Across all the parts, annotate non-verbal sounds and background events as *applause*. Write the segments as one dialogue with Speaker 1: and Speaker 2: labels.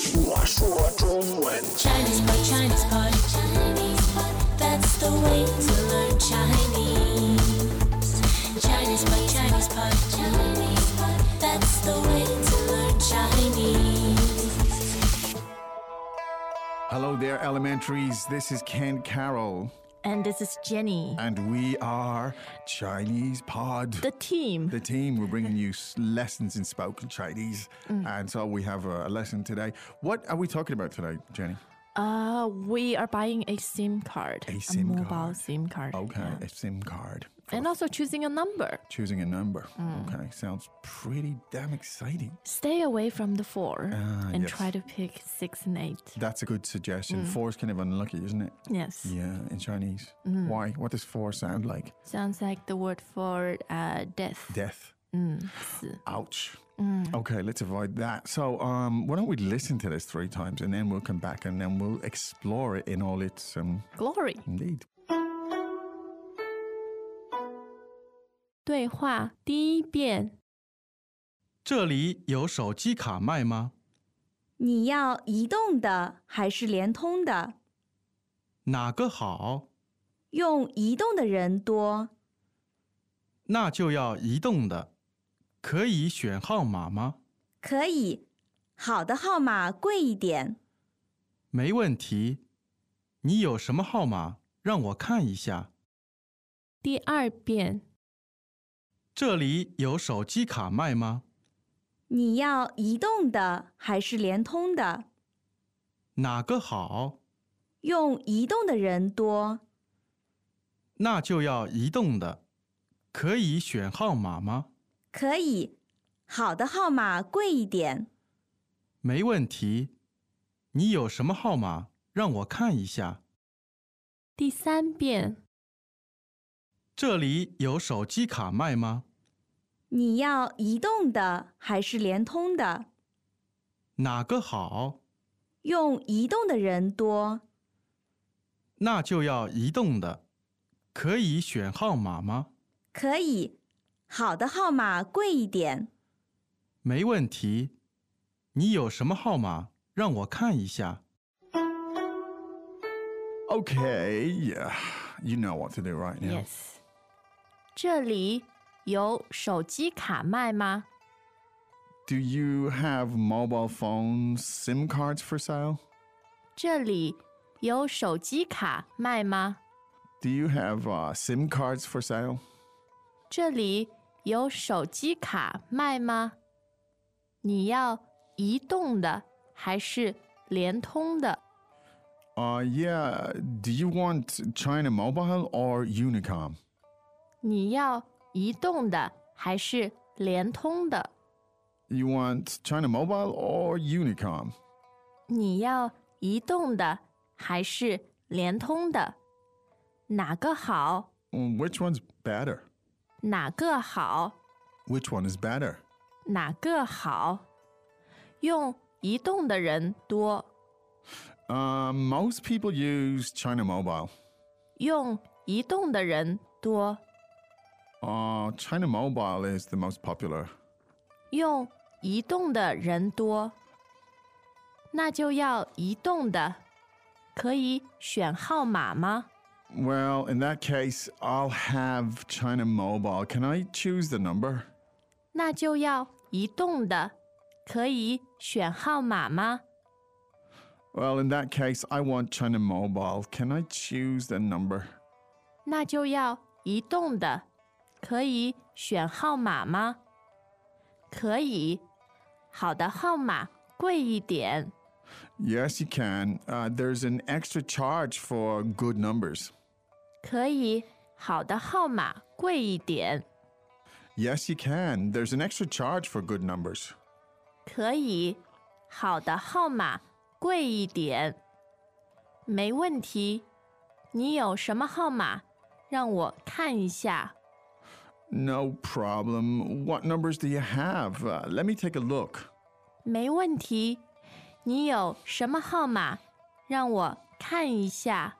Speaker 1: 说中文。
Speaker 2: Chinese pot, Chinese pot, Chinese pot. That's the way to learn Chinese. Chinese pot, Chinese pot, Chinese pot. That's the way to learn Chinese.
Speaker 3: Hello there, elementaries. This is Ken Carroll,
Speaker 4: And this is Jenny,
Speaker 3: and we are Chinese Pod.
Speaker 4: the team.
Speaker 3: the team, we're bringing you s- lessons in spoken Chinese. And so we have a, a lesson today. What are we talking about today, Jenny?
Speaker 4: Uh, we are buying a SIM card,
Speaker 3: A SIM
Speaker 4: mobile
Speaker 3: card.
Speaker 4: SIM card.
Speaker 3: Okay,
Speaker 4: yeah.
Speaker 3: a SIM card. for
Speaker 4: And also choosing a number.
Speaker 3: choosing a number. Okay, sounds pretty damn exciting.
Speaker 4: Stay away from the four
Speaker 3: Ah,
Speaker 4: and
Speaker 3: yes.
Speaker 4: try to pick six and eight.
Speaker 3: That's a good suggestion. Four is kind of unlucky, isn't it?
Speaker 4: Yes.
Speaker 3: Yeah, in Chinese. Why? What does four sound like?
Speaker 4: Sounds like the word for uh, death. Mm.
Speaker 3: Death.
Speaker 4: Si.
Speaker 3: Ouch. Okay, let's avoid that. So, um, why don't we listen to this three times and then we'll come back and then we'll explore it in all its um,
Speaker 4: Glory.
Speaker 3: indeed.
Speaker 4: 对话第一遍，
Speaker 5: 这里有手机卡卖吗？
Speaker 6: 你要移动的还是联通的？
Speaker 5: 哪个好？
Speaker 6: 用移动的人多，
Speaker 5: 那就要移动的。可以选号码吗？
Speaker 6: 可以。好的号码贵一点，
Speaker 5: 没问题。你有什么号码？让我看一下。
Speaker 4: 第二遍，
Speaker 5: 这里有手机卡卖吗？
Speaker 6: 你要移动的还是联通的？
Speaker 5: 哪个好？
Speaker 6: 用移动的人多，
Speaker 5: 那就要移动的。可以选号码吗？
Speaker 6: 可以。好的号码贵一点，
Speaker 5: 没问题。你有什么号码？让我看一下。
Speaker 4: 第三遍，
Speaker 5: 这里有手机卡卖吗？
Speaker 6: 你要移动的还是联通的？
Speaker 5: 哪个好？
Speaker 6: 用移动的人多，
Speaker 5: 那就要移动的。可以选号码吗？
Speaker 6: 可以。好的号码贵一点，
Speaker 5: 没问题。你有什么号码？让我看一下。
Speaker 3: Okay, yeah. You know what to do right now.
Speaker 4: Yes，这里有手机卡卖吗？
Speaker 3: Do you have mobile phone SIM cards for sale?
Speaker 4: 这里有手机卡卖吗？
Speaker 3: Do you have uh, SIM cards for sale?
Speaker 4: 这里有手机卡卖吗？你要移动的还是联通的？
Speaker 3: Uh, yeah. Do you want China Mobile or Unicom?
Speaker 4: 你要移动的还是联通的？
Speaker 3: You want China Mobile or Unicom?
Speaker 4: 你要移动的还是联通的？哪个好？
Speaker 3: Mm, Which one's better?
Speaker 4: 哪个好？
Speaker 3: Which one is better?
Speaker 4: 哪个好？用移动的人多，
Speaker 3: Uh, most people use China Mobile.
Speaker 4: 用移动的人多。
Speaker 3: Uh, China Mobile is the most popular.
Speaker 4: 用移动的人多，那就要移动的。可以选号码吗？
Speaker 3: Well, in that case, I'll have China Mobile. Can I choose the number?
Speaker 4: 那就要移动的。可以选号码吗？
Speaker 3: Well, in that case, I want China Mobile. Can I choose the number?
Speaker 4: 那就要移动的。可以选号码吗？可以。好的号码贵一点。
Speaker 3: Yes, you can. Uh, there's an extra charge for good numbers.
Speaker 4: 可以。好的号码贵一点。
Speaker 3: Yes, you can. There's an extra charge for good numbers.
Speaker 4: 可以，好的号码贵一点，没问题。你有什么号码？让我看一下。
Speaker 3: No problem. What numbers do you have? Uh, let me take a look.
Speaker 4: 没问题。你有什么号码？让我看一下。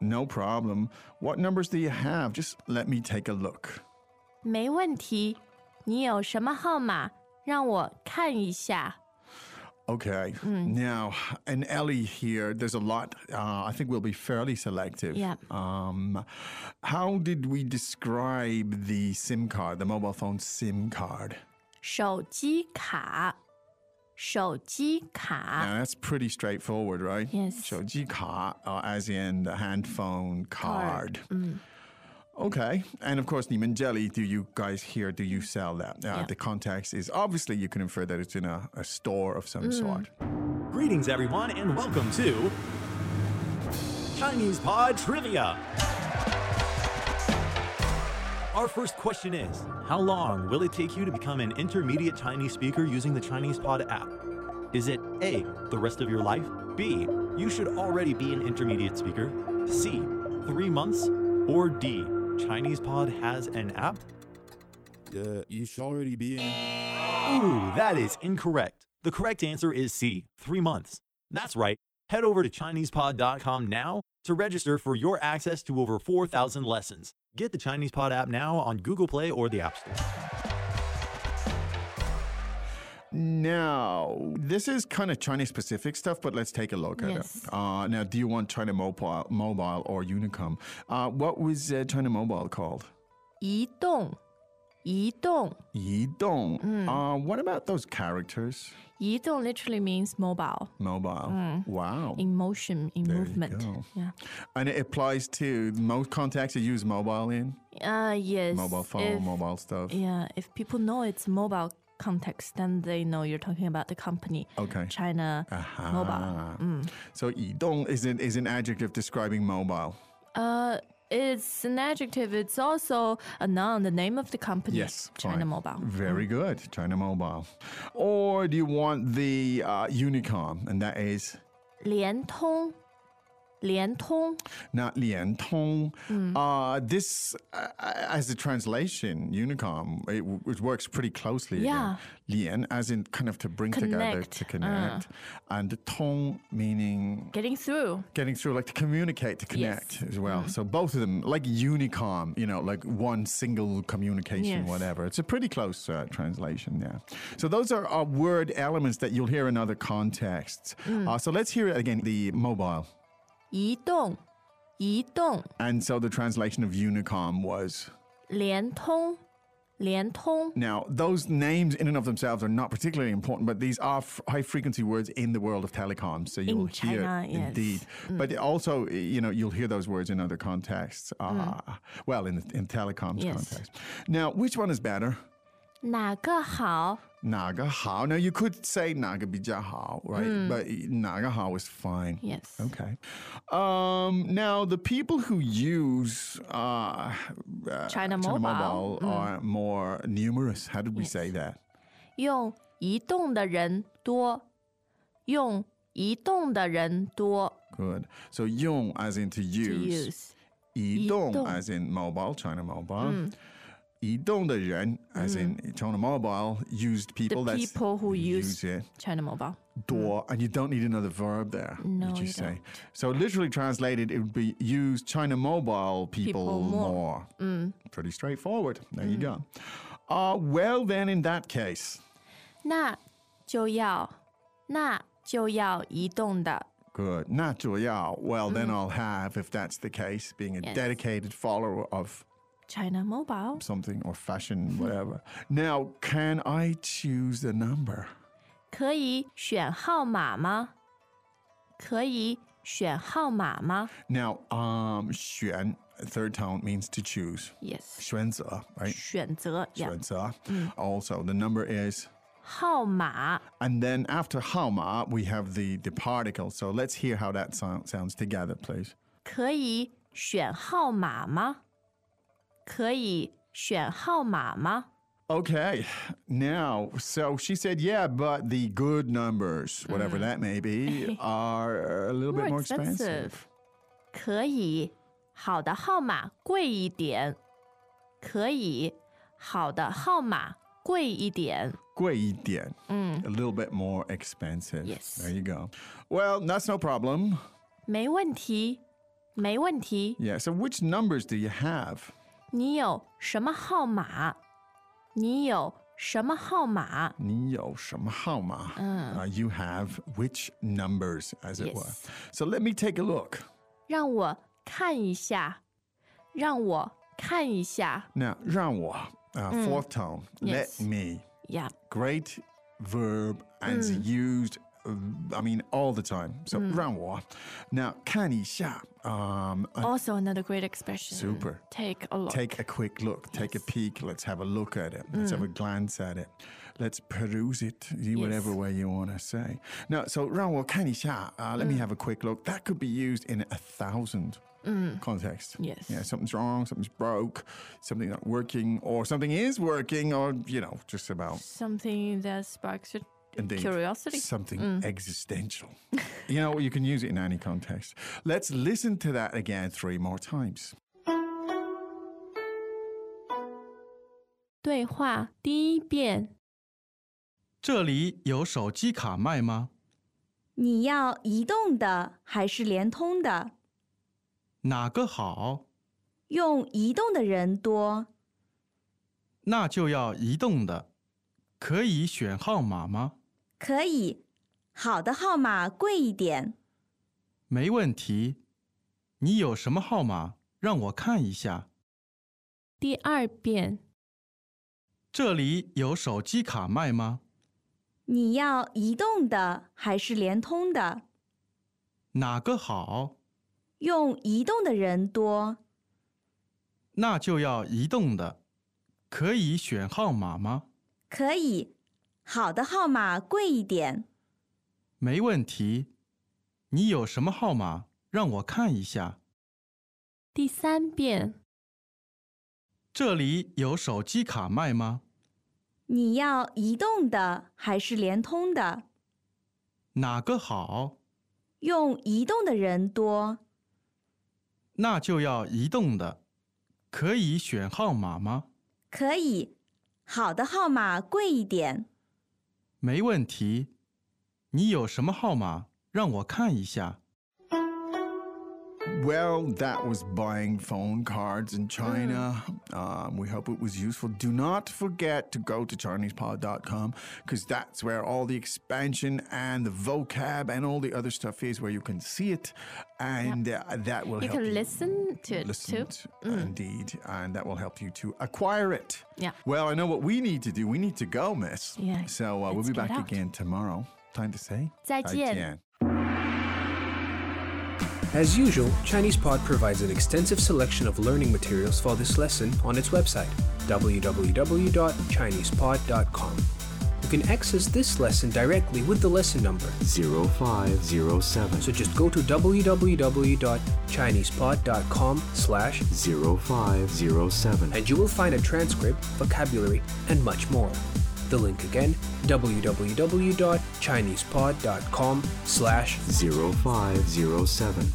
Speaker 3: No problem. What numbers do you have? Just let me take a look.
Speaker 4: 没问题。你有什么号码？让我看一下。
Speaker 3: Okay. Now, and Ellie here, there's a lot. Uh, I think we'll be fairly selective.
Speaker 4: Yeah.
Speaker 3: Um, how did we describe the SIM card, the mobile phone SIM card?
Speaker 4: 手机卡，手机卡
Speaker 3: Now, that's pretty straightforward, right?
Speaker 4: Ah. Yes.
Speaker 3: So, G-card, uh, as in the handphone card.
Speaker 4: Card, Mm.
Speaker 3: Okay. And of course, Niman Jelly, do you guys here, do you sell that? Uh,
Speaker 4: Yeah.
Speaker 3: The context is obviously you can infer that it's in a, a store of some
Speaker 4: Mm.
Speaker 3: sort.
Speaker 1: Greetings, everyone, and welcome to Chinese Pod Trivia. Our first question is How long will it take you to become an intermediate Chinese speaker using the Chinese Pod app? Is it A, the rest of your life? B, you should already be an intermediate speaker? C, three months? Or D, Chinese Pod has an app?
Speaker 7: Uh, you should already be in.
Speaker 1: Ooh, that is incorrect. The correct answer is C, three months. That's right. Head over to ChinesePod.com now to register for your access to over 4,000 lessons. Get the Chinese Pod app now on Google Play or the App Store.
Speaker 3: Now, this is kind of China specific stuff, but let's take a look at
Speaker 4: Yes.
Speaker 3: it. Uh, now, do you want China Mobile, Mobile or Unicom? Uh, what was uh, China Mobile called?
Speaker 4: 移动，移动，
Speaker 3: Yidong.
Speaker 4: Mm.
Speaker 3: Uh, what about those characters?
Speaker 4: 移动 literally means mobile
Speaker 3: Mobile. Wow.
Speaker 4: Mm. in motion in
Speaker 3: you
Speaker 4: movement.
Speaker 3: go.
Speaker 4: Yeah.
Speaker 3: And it applies to most contacts you use mobile in?
Speaker 4: Uh, yes.
Speaker 3: Mobile phone,
Speaker 4: if-
Speaker 3: mobile stuff.
Speaker 4: Yeah, if people know it's mobile context, then they know you're talking about the company.
Speaker 3: Okay.
Speaker 4: China
Speaker 3: Ah.
Speaker 4: Mobile. Mm.
Speaker 3: So, Yidong is an, is an adjective describing mobile.
Speaker 4: Uh, it's an adjective. It's also a noun, the name of the company.
Speaker 3: Yes,
Speaker 4: China
Speaker 3: fine.
Speaker 4: Mobile. Mm.
Speaker 3: Very good, China Mobile. Or do you want the uh, Unicom? And that is
Speaker 4: 联通，联通，
Speaker 3: not Lian Tong.
Speaker 4: Mm.
Speaker 3: Uh, this, uh, as a translation, Unicom, it, w- it works pretty closely.
Speaker 4: Yeah.
Speaker 3: Lian, as in kind of to bring together,
Speaker 4: Connect, Uh.
Speaker 3: to connect. And Tong, meaning
Speaker 4: getting through.
Speaker 3: getting through, like to communicate, to connect as well. So both of them, like Unicom, you know, like one single communication,
Speaker 4: Yes.
Speaker 3: whatever. It's a pretty close uh, translation, yeah. So those are uh, word elements that you'll hear in other contexts. Uh, so let's hear it again the mobile.
Speaker 4: 移动，移动，
Speaker 3: And so the translation of Unicom was.
Speaker 4: 联通，联通，
Speaker 3: Now, those names in and of themselves are not particularly important, but these are f- high frequency words in the world of telecoms. So you'll hear,
Speaker 4: China, yes. Mm.
Speaker 3: indeed. But also, y- you know, you'll hear those words in other contexts. Uh, Well, in the, in telecoms
Speaker 4: Mm. Yes.
Speaker 3: context. Now, which one is better?
Speaker 4: 哪个好？
Speaker 3: Naga hao. Now, you could say naga bija hao, right? But naga hao is fine.
Speaker 4: Mm. Yes.
Speaker 3: Okay. Um, now, the people who use uh, uh, China
Speaker 4: China Mobile, Mm.
Speaker 3: Mobile are more numerous. How did we say that?
Speaker 4: 用移动的人多，用移动的人多
Speaker 3: Good. So Yong as in to
Speaker 4: to
Speaker 3: use.
Speaker 4: use。
Speaker 3: Yidong
Speaker 4: Yidong.
Speaker 3: as in mobile, China
Speaker 4: Mm.
Speaker 3: mobile. Yidong the Ren as in China mobile used people.
Speaker 4: The
Speaker 3: that's-
Speaker 4: people who use Mm.
Speaker 3: it.
Speaker 4: China Mobile.
Speaker 3: Door, and you don't need another verb there.
Speaker 4: No,
Speaker 3: you
Speaker 4: you
Speaker 3: just say.
Speaker 4: don't.
Speaker 3: So literally translated, it would be use China mobile people,
Speaker 4: People more.
Speaker 3: more.
Speaker 4: Mm.
Speaker 3: Pretty straightforward. There you go. Uh, well, then in that case,
Speaker 4: 那就要，那就要移动的
Speaker 3: Good. Not Julia. Well, then I'll have, if that's the case, being a
Speaker 4: Mm. Yes.
Speaker 3: dedicated follower of
Speaker 4: China Mobile，
Speaker 3: something or fashion,
Speaker 4: Mm-hmm.
Speaker 3: whatever. now, can I choose a number?
Speaker 4: 可以选号码吗？可以选号码吗
Speaker 3: Now, um, 选, third tone means to choose.
Speaker 4: ？Yes，
Speaker 3: 选择, right?
Speaker 4: 选择呀，
Speaker 3: 选择.
Speaker 4: Mm.
Speaker 3: Also, the number is.
Speaker 4: 号码
Speaker 3: And then after Haoma, we have the, the particle. So let's hear how that sou- sounds together, please.
Speaker 4: 可以选号码吗？可以选号码吗？
Speaker 3: Okay, now, so she said, yeah, but the good numbers, whatever that may
Speaker 4: *laughs*
Speaker 3: be, are a little bit
Speaker 4: Mm-hmm. More
Speaker 3: more expensive.
Speaker 4: expensive. 可以，好的号码贵一点。可以，好的号码贵一点。
Speaker 3: 贵一点, a little bit more expensive.
Speaker 4: Yes.
Speaker 3: There you go. Well, that's no problem.
Speaker 4: 没问题，没问题。
Speaker 3: Yeah, so which numbers do you have?
Speaker 4: 你有什么号码？你有什么号码？
Speaker 3: 你有什么号码? Uh, you have which numbers, as it were.
Speaker 4: Yes.
Speaker 3: So let me take a look.
Speaker 4: 让我看一下，让我看一下
Speaker 3: Now, 让我, uh, fourth tone,
Speaker 4: Mm. Yes.
Speaker 3: let me.
Speaker 4: 呀。
Speaker 3: Great verb and
Speaker 4: Mm.
Speaker 3: it's used, uh, I mean, all the time. So, 让我. Now, 看一下, um, a
Speaker 4: Also another great expression.
Speaker 3: Super.
Speaker 4: Take a look.
Speaker 3: Take a quick look. Take a peek. Let's have a look at it. Let's have a
Speaker 4: Mm.
Speaker 3: glance at it. Let's peruse it. You whatever way you want to say. Now, so 让我看一下. Uh, let me
Speaker 4: Mm.
Speaker 3: have a quick look. That could be used in a thousand contexts.
Speaker 4: Mm. Yes.
Speaker 3: Yeah. Something's wrong. Something's broke. Something not working, or something is working, or you know, just about
Speaker 4: Something that sparks your
Speaker 3: Indeed.
Speaker 4: curiosity. Mm.
Speaker 3: Something
Speaker 4: *laughs*
Speaker 3: existential. you know, you can use it in any context. Let's listen to that again three more times.
Speaker 4: 对话第一遍，
Speaker 5: 这里有手机卡卖吗？
Speaker 6: 你要移动的还是联通的？
Speaker 5: 哪个好？
Speaker 6: 用移动的人多。
Speaker 5: 那就要移动的。可以选号码吗？
Speaker 6: 可以，好的号码贵一点。
Speaker 5: 没问题。你有什么号码？让我看一下。
Speaker 4: 第二遍，
Speaker 5: 这里有手机卡卖吗？
Speaker 6: 你要移动的还是联通的？
Speaker 5: 哪个好？
Speaker 6: 用移动的人多。
Speaker 5: 那就要移动的。可以选号码吗？
Speaker 6: 可以，好的号码贵一点。
Speaker 5: 没问题。你有什么号码？让我看一下。
Speaker 4: 第三遍，
Speaker 5: 这里有手机卡卖吗？
Speaker 6: 你要移动的还是联通的？
Speaker 5: 哪个好？
Speaker 6: 用移动的人多。
Speaker 5: 那就要移动的。可以选号码吗？
Speaker 6: 可以，好的号码贵一点。
Speaker 5: 没问题。你有什么号码？让我看一下。
Speaker 3: Well, that was buying phone cards in China.
Speaker 4: Hmm.
Speaker 3: Um, we hope it was useful. Do not forget to go to ChinesePod.com because that's where all the expansion and the vocab and all the other stuff is, where you can see it, and uh, that will
Speaker 4: You
Speaker 3: help
Speaker 4: can
Speaker 3: you
Speaker 4: listen to it
Speaker 3: listen
Speaker 4: too. Mm.
Speaker 3: to- indeed, and that will help you to acquire it.
Speaker 4: Yeah.
Speaker 3: Well, I know what we need to do. We need to go, Miss.
Speaker 4: Yeah,
Speaker 3: So uh, we'll
Speaker 4: let's
Speaker 3: be
Speaker 4: get
Speaker 3: back
Speaker 4: out.
Speaker 3: again tomorrow. Time to say
Speaker 4: 再见。
Speaker 8: As usual, ChinesePod provides an extensive selection of learning materials for this lesson on its website, www.chinesepod.com. You can access this lesson directly with the lesson number,
Speaker 9: 0507
Speaker 8: so just go to www.chinesepod.com slash
Speaker 9: 0507
Speaker 8: and you will find a transcript, vocabulary, and much more. The link again, www.chinesepod.com slash
Speaker 9: 0507